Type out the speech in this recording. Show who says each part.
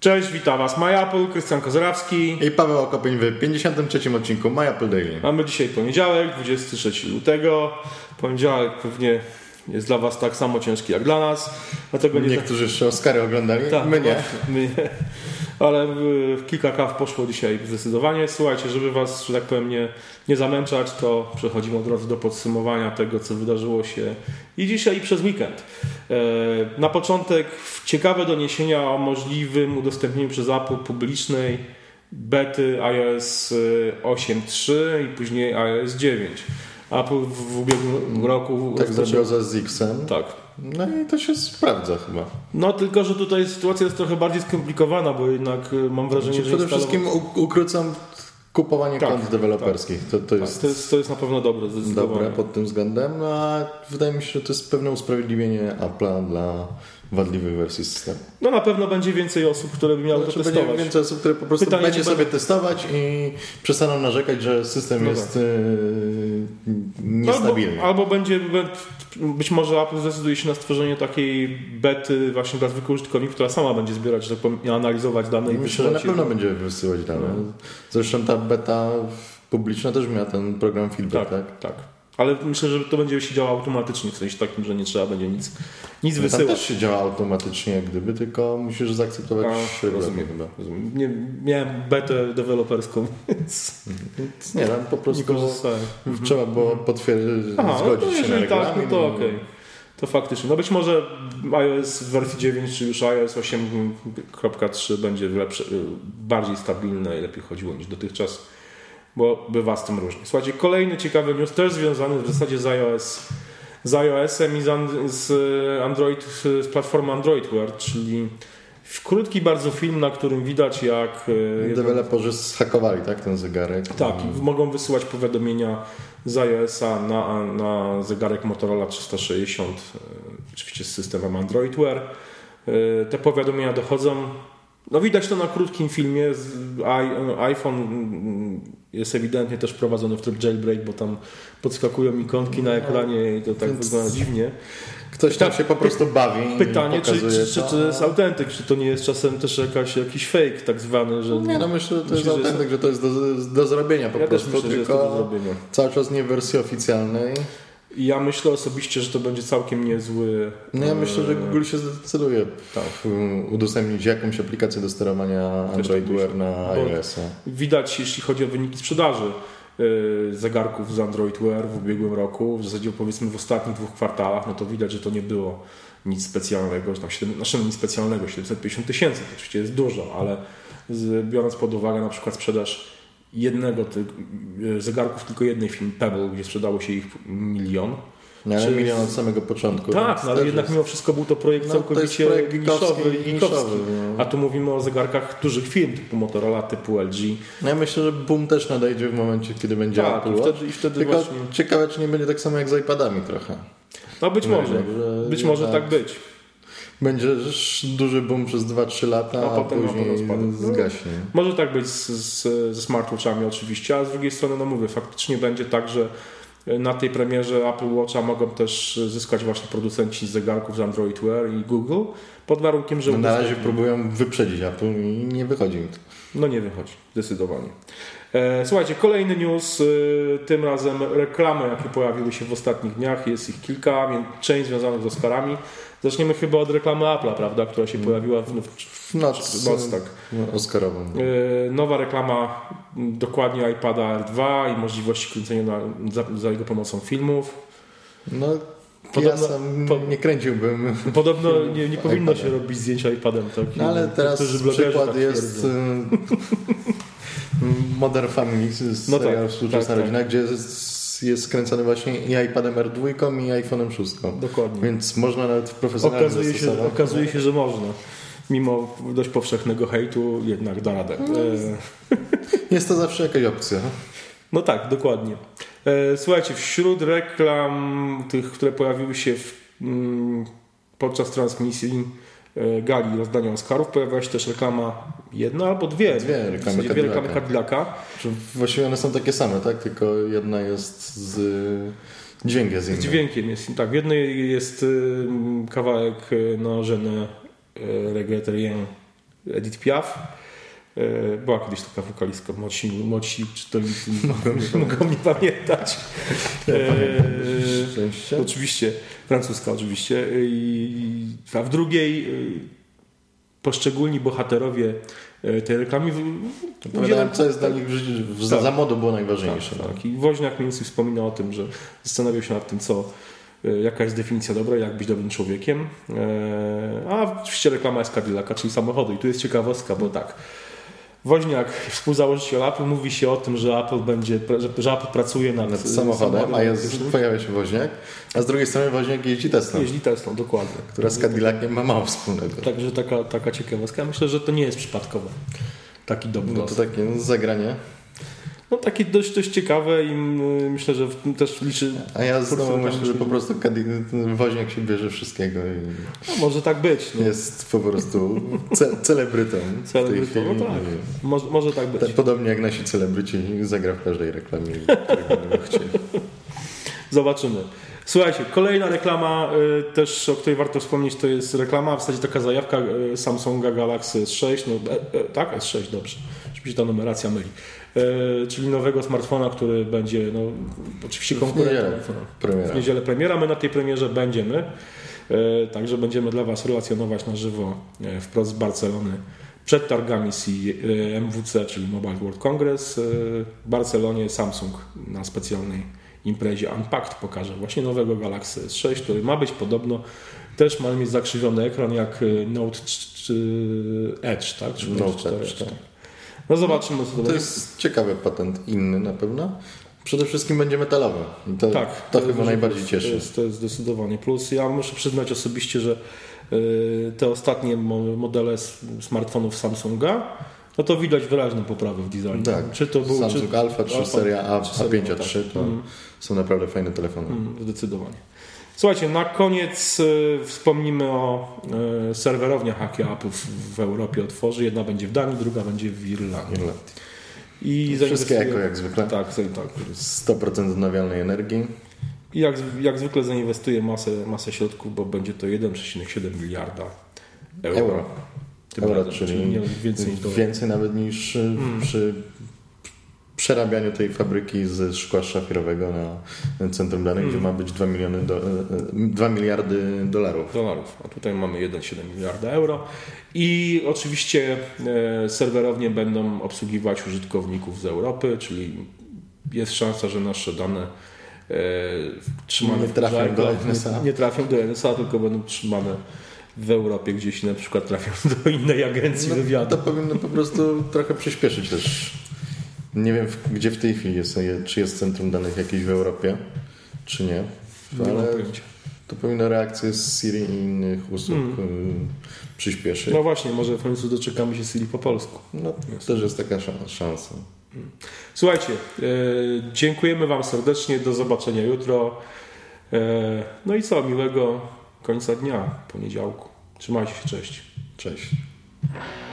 Speaker 1: Cześć, witam Was. MyApple, Krystian Kozrawski.
Speaker 2: I Paweł Okopień w 53 odcinku My Apple Daily.
Speaker 1: Mamy dzisiaj poniedziałek, 23 lutego. Poniedziałek pewnie jest dla Was tak samo ciężki jak dla nas. Dlatego nie
Speaker 2: Niektórzy jeszcze Oscary oglądali,
Speaker 1: tak,
Speaker 2: my nie.
Speaker 1: właśnie, my nie. Ale y, kilka kaw poszło dzisiaj zdecydowanie. Słuchajcie, żeby Was, że tak powiem, nie, nie zamęczać, to przechodzimy od razu do podsumowania tego, co wydarzyło się i dzisiaj, i przez weekend. E, Na początek ciekawe doniesienia o możliwym udostępnieniu przez Apple publicznej bety iOS y, 8.3 i później iOS 9. Apple w w ubiegłym roku
Speaker 2: Tak
Speaker 1: rozpoczęło-
Speaker 2: zrobił ze Zixem.
Speaker 1: tak,
Speaker 2: No i to się sprawdza chyba.
Speaker 1: no tylko, że tutaj sytuacja jest trochę bardziej skomplikowana, bo jednak y, mam wrażenie,
Speaker 2: Znaczy,
Speaker 1: że
Speaker 2: przede
Speaker 1: instalowa-
Speaker 2: wszystkim u- ukrócą kupowanie
Speaker 1: Tak,
Speaker 2: kont deweloperskich. To, to
Speaker 1: Tak,
Speaker 2: jest
Speaker 1: to, jest, to jest na pewno dobre, zdecydowanie.
Speaker 2: dobre pod tym względem, no a wydaje mi się, że to jest pewne usprawiedliwienie Apple'a dla wadliwych wersji systemu.
Speaker 1: No na pewno będzie więcej osób, które by miały
Speaker 2: Znaczy,
Speaker 1: to
Speaker 2: będzie
Speaker 1: testować.
Speaker 2: więcej osób, które po prostu
Speaker 1: Pytanie,
Speaker 2: będzie
Speaker 1: czy
Speaker 2: sobie
Speaker 1: będą-
Speaker 2: testować i przestaną narzekać, że system
Speaker 1: No
Speaker 2: jest yy,
Speaker 1: No, albo,
Speaker 2: niestabilny.
Speaker 1: albo będzie, be- być może Apple zdecyduje się na stworzenie takiej bety właśnie dla zwykłych użytkowników, która sama będzie zbierać, że tak powiem, i analizować dane No i
Speaker 2: Myślę, że No, na
Speaker 1: wysyłać je.
Speaker 2: pewno będzie wysyłać dane.
Speaker 1: No.
Speaker 2: Zresztą ta beta publiczna też miała ten program feedback,
Speaker 1: Tak,
Speaker 2: tak?
Speaker 1: tak, Ale myślę, że to będzie się działo automatycznie, w sensie takim, że nie trzeba będzie nic, nic
Speaker 2: No, Tam
Speaker 1: wysyłać.
Speaker 2: też się działa automatycznie, jak gdyby, tylko musisz zaakceptować
Speaker 1: A,
Speaker 2: trzy
Speaker 1: rozumiem.
Speaker 2: chyba.
Speaker 1: Rozumiem. Nie, miałem betę deweloperską, więc
Speaker 2: Więc nie, tam po
Speaker 1: nie
Speaker 2: prostu
Speaker 1: korzystałem.
Speaker 2: trzeba było potwierdzić,
Speaker 1: Mhm. Aha, no to
Speaker 2: zgodzić się na
Speaker 1: jeżeli tak, no
Speaker 2: regulamin.
Speaker 1: to
Speaker 2: i-
Speaker 1: okej. To faktycznie. No być może iOS w wersji 9 czy już iOS 8.3 będzie lepsze, y, bardziej stabilne i lepiej chodziło niż dotychczas, bo bywa z tym różnie. Słuchajcie, kolejny ciekawy news, też związany w zasadzie z iOS z iOS-em i z, an- z Android, z platformy Android Wear, czyli krótki bardzo film, na którym widać jak y, jeden-
Speaker 2: Deweloperzy zhakowali, tak, ten zegarek.
Speaker 1: tak, i mogą wysyłać powiadomienia z iOS-a na, na zegarek Motorola 360, e, oczywiście z systemem Android Wear. E, Te powiadomienia dochodzą. No widać to na krótkim filmie. Z- i- e, iPhone mm, jest ewidentnie też prowadzony w tryb jailbreak, bo tam podskakują ikonki na ekranie i to tak
Speaker 2: Więc-
Speaker 1: wygląda dziwnie.
Speaker 2: Ktoś tam
Speaker 1: Tak,
Speaker 2: się po prostu bawi. i
Speaker 1: Pytanie, czy,
Speaker 2: pokazuje
Speaker 1: czy, czy
Speaker 2: to.
Speaker 1: to jest autentyk, czy to nie jest czasem też jakaś, jakiś fake tak zwany, że...
Speaker 2: Nie, no myślę, że to
Speaker 1: Myślę,
Speaker 2: jest
Speaker 1: że jest-
Speaker 2: autentyk, że to jest do, do zrobienia po
Speaker 1: no, ja też
Speaker 2: prostu,
Speaker 1: myślę, że jest
Speaker 2: tylko
Speaker 1: to do zrobienia.
Speaker 2: cały czas nie w wersji oficjalnej.
Speaker 1: I Ja myślę osobiście, że to będzie całkiem niezły.
Speaker 2: No ja myślę, że
Speaker 1: e,
Speaker 2: Google się zdecyduje
Speaker 1: Tak.
Speaker 2: um, udostępnić jakąś aplikację do sterowania
Speaker 1: tak
Speaker 2: Android
Speaker 1: myślę.
Speaker 2: Wear na
Speaker 1: Bo-
Speaker 2: iOS-a.
Speaker 1: Widać, jeśli chodzi o wyniki sprzedaży e, zegarków z Android Wear w ubiegłym roku, w zasadzie powiedzmy w ostatnich dwóch kwartałach, no to widać, że to nie było nic specjalnego, że tam 7, znaczy nic specjalnego, 750 tysięcy, to oczywiście jest dużo, ale z, biorąc pod uwagę na przykład sprzedaż jednego ty, e, zegarków, tylko jednej firmy Pebble, gdzie sprzedało się ich milion.
Speaker 2: Nie, No, ale
Speaker 1: Czy-
Speaker 2: milion od samego początku.
Speaker 1: Tak,
Speaker 2: więc
Speaker 1: no, ale
Speaker 2: też
Speaker 1: jednak
Speaker 2: jest-
Speaker 1: mimo wszystko był to projekt
Speaker 2: no, to jest
Speaker 1: całkowicie
Speaker 2: projekt
Speaker 1: niszowy,
Speaker 2: geekowski,
Speaker 1: i
Speaker 2: niszowy.
Speaker 1: geekowski.
Speaker 2: no.
Speaker 1: A tu mówimy o zegarkach dużych firm typu Motorola, typu LG.
Speaker 2: No ja myślę, że boom też nadejdzie w momencie, kiedy będzie
Speaker 1: Tak,
Speaker 2: Apple
Speaker 1: i
Speaker 2: Watch.
Speaker 1: wtedy, i wtedy
Speaker 2: Tylko
Speaker 1: właśnie.
Speaker 2: ciekawe, czy nie będzie tak samo jak z iPadami trochę.
Speaker 1: No być
Speaker 2: No,
Speaker 1: może,
Speaker 2: że
Speaker 1: być może
Speaker 2: jednak
Speaker 1: tak być.
Speaker 2: Będzie ż- duży boom przez 2-3
Speaker 1: A
Speaker 2: lata, a,
Speaker 1: potem Apple
Speaker 2: później
Speaker 1: rozpadnie. No.
Speaker 2: zgaśnie.
Speaker 1: Może tak być z, z, ze smartwatchami oczywiście, a z drugiej strony, no mówię, faktycznie będzie tak, że na tej premierze Apple Watcha mogą też zyskać właśnie producenci zegarków z Android Wear i Google, pod warunkiem, że
Speaker 2: No, na razie
Speaker 1: udostępnią-
Speaker 2: próbują wyprzedzić Apple i nie wychodzi im to.
Speaker 1: No nie wychodzi, zdecydowanie. E, słuchajcie, kolejny news, e, tym razem reklamy, jakie pojawiły się w ostatnich dniach, jest ich kilka, więc część związanych z Oscarami. Zaczniemy chyba od reklamy Apple'a, prawda, która się pojawiła w, w,
Speaker 2: W noc,
Speaker 1: w noc, tak.
Speaker 2: no, Oscarową.
Speaker 1: E, Nowa reklama, m, dokładnie iPada R2 i możliwości kręcenia na, za, za jego pomocą filmów.
Speaker 2: No,
Speaker 1: Podobno-
Speaker 2: ja sam
Speaker 1: po-
Speaker 2: nie kręciłbym
Speaker 1: Podobno nie, nie powinno się
Speaker 2: iPada.
Speaker 1: robić zdjęć iPadem. Tak?
Speaker 2: No ale teraz
Speaker 1: Niektórzy blogerzy
Speaker 2: przykład
Speaker 1: tak
Speaker 2: jest
Speaker 1: twierdzą.
Speaker 2: y, Modern Family, z
Speaker 1: No
Speaker 2: no
Speaker 1: tak,
Speaker 2: serial Współczesna
Speaker 1: tak, tak.
Speaker 2: Rodzina, gdzie jest, jest skręcony właśnie i iPadem R2 i iPhone'em 6.
Speaker 1: Dokładnie.
Speaker 2: Więc można nawet w profesjonalnym
Speaker 1: Okazuje się,
Speaker 2: zastosować.
Speaker 1: okazuje się, że można. Mimo dość powszechnego hejtu jednak da radę. E,
Speaker 2: Jest to zawsze jakaś opcja.
Speaker 1: No tak, dokładnie. E, Słuchajcie, wśród reklam tych, które pojawiły się w, mm, podczas transmisji e, gali rozdania Oscarów, pojawiła się też reklama jedna albo dwie.
Speaker 2: Dwie
Speaker 1: W
Speaker 2: reklamy
Speaker 1: zasadzie dwie reklamy
Speaker 2: Cadillaca.
Speaker 1: Cadillaca.
Speaker 2: Że Właściwie one są takie same, tak? Tylko jedna jest z y, dźwiękiem z
Speaker 1: Z
Speaker 2: innym.
Speaker 1: dźwiękiem jest. Tak, w jednej jest y, kawałek y, na żenę Regretterien y, Edith Piaf. E, Była kiedyś taka wokalistka, Moci, Moci czy to mogą nie pamiętać. E,
Speaker 2: Szczęście.
Speaker 1: Oczywiście, francuska oczywiście. Y, I, a w drugiej y, poszczególni bohaterowie y, tej reklamy w-
Speaker 2: Opowiadałem,
Speaker 1: udzielają-
Speaker 2: co jest dla nich w życiu, w- za-
Speaker 1: Tak.
Speaker 2: za modą było
Speaker 1: tak,
Speaker 2: najważniejsze.
Speaker 1: tak. I Woźniak mniej więcej wspomina o tym, że zastanawiał się nad tym, co y, jaka jest definicja dobra, jak być dobrym człowiekiem. E, A oczywiście reklama jest Cadillaca, czyli samochodu. I tu jest ciekawostka, bo tak. Woźniak, współzałożyciel Apple, mówi się o tym, że Apple będzie, pra- że, że Apple pracuje nad,
Speaker 2: Nad
Speaker 1: y,
Speaker 2: samochodem, a jest,
Speaker 1: elektrycznym.
Speaker 2: pojawia się woźniak, a z drugiej strony woźniak jeździ Tesla,
Speaker 1: Mhm. Jeździ Tak. Teslą, dokładnie.
Speaker 2: która z Cadillaciem ma mało wspólnego.
Speaker 1: Także taka, taka ciekawostka. Myślę, że to nie jest przypadkowe. Taki dobry
Speaker 2: No
Speaker 1: no,
Speaker 2: to takie no, zagranie.
Speaker 1: no takie dość, dość ciekawe i mm, myślę, że w tym też liczy...
Speaker 2: A ja znowu
Speaker 1: Portfel
Speaker 2: myślę, że po
Speaker 1: tam-
Speaker 2: prostu Cadillac, ten woźniak się bierze wszystkiego i
Speaker 1: No, może tak być. No.
Speaker 2: jest po prostu ce- celebrytą w tej
Speaker 1: Celebrytą,
Speaker 2: chwili.
Speaker 1: no tak. Może, może tak być.
Speaker 2: Tak, podobnie jak nasi celebryci zagra w każdej reklamie, którego będą chcieli.
Speaker 1: Zobaczymy. Słuchajcie, kolejna reklama y, też, o której warto wspomnieć, to jest reklama, w zasadzie taka zajawka y, Samsunga Galaxy S6, no, e, e, tak, S6, dobrze, żeby się ta numeracja myli. E, czyli nowego smartfona, który będzie, no, oczywiście konkurentem.
Speaker 2: niedzielę.
Speaker 1: iPhone'a.
Speaker 2: Premiera.
Speaker 1: W niedzielę premiera. My na tej premierze będziemy. E, Także będziemy dla Was relacjonować na żywo e, wprost z Barcelony przed targami CIE, e, MWC, czyli Mobile World Congress. E, W Barcelonie Samsung na specjalnej imprezie Unpacked pokaże właśnie nowego Galaxy S6, który ma być podobno też ma mieć zakrzywiony ekran jak e, Note 3, Edge, tak? Czy
Speaker 2: Note
Speaker 1: Note 4,
Speaker 2: Edge,
Speaker 1: Edge,
Speaker 2: tak.
Speaker 1: tak. No zobaczymy, co to
Speaker 2: To
Speaker 1: będzie.
Speaker 2: jest ciekawy patent, inny na pewno. Przede wszystkim będzie metalowy. I to,
Speaker 1: Tak,
Speaker 2: to chyba
Speaker 1: jest-
Speaker 2: najbardziej
Speaker 1: To
Speaker 2: cieszy.
Speaker 1: jest, to jest zdecydowanie plus. Ja muszę przyznać osobiście, że y, te ostatnie mo- modele s- smartfonów Samsunga, no to widać wyraźną poprawę w designie.
Speaker 2: Tak.
Speaker 1: Czy to był
Speaker 2: Samsung
Speaker 1: czy,
Speaker 2: Alpha, czy
Speaker 1: Alpha,
Speaker 2: seria A,
Speaker 1: czy seria,
Speaker 2: A5,
Speaker 1: tak.
Speaker 2: A3 to
Speaker 1: Mm.
Speaker 2: są naprawdę fajne telefony.
Speaker 1: Mm, Zdecydowanie. Słuchajcie, na koniec y, wspomnimy o y, serwerowniach, jakie Apple w, w Europie otworzy. Jedna będzie w Danii, druga będzie w Irlandii.
Speaker 2: Irlandii.
Speaker 1: I
Speaker 2: Wszystkie
Speaker 1: zainwestuje-
Speaker 2: jako jak zwykle.
Speaker 1: Tak, tak.
Speaker 2: 100% odnawialnej energii.
Speaker 1: I jak, jak zwykle zainwestuje masę, masę środków, bo będzie to 1,7 miliarda euro.
Speaker 2: Euro.
Speaker 1: Tym
Speaker 2: Euro,
Speaker 1: razem,
Speaker 2: czyli
Speaker 1: czyli nie więcej niż dolar. Mhm.
Speaker 2: Więcej nawet niż y, przy przerabianiu tej fabryki ze szkła szafirowego na centrum danych, gdzie
Speaker 1: Mhm.
Speaker 2: ma być 2, miliony do, y, y, 2 miliardy dolarów.
Speaker 1: dolarów. A tutaj mamy 1,7 miliarda euro. I oczywiście e, serwerownie będą obsługiwać użytkowników z Europy, czyli jest szansa, że nasze dane e, trzymane
Speaker 2: Nie
Speaker 1: w
Speaker 2: trafią
Speaker 1: cloudach
Speaker 2: do NSA.
Speaker 1: Nie, nie trafią do NSA, tylko będą trzymane w Europie, gdzieś na przykład trafią do innej agencji
Speaker 2: No,
Speaker 1: wywiadu.
Speaker 2: to powinno po prostu trochę przyspieszyć też. Nie wiem, w- gdzie w tej chwili jest, czy jest centrum danych jakieś w Europie, czy nie.
Speaker 1: Nie mam
Speaker 2: Ale
Speaker 1: pojęcia.
Speaker 2: to powinno reakcję z Siri i innych usług y, przyspieszyć.
Speaker 1: No właśnie, może w końcu doczekamy się Siri po polsku.
Speaker 2: No, też jest taka szan- szansa.
Speaker 1: Słuchajcie, e, dziękujemy Wam serdecznie, do zobaczenia jutro. E, No i co, miłego końca dnia, poniedziałku. Trzymajcie się, cześć.
Speaker 2: Cześć.
Speaker 1: Thank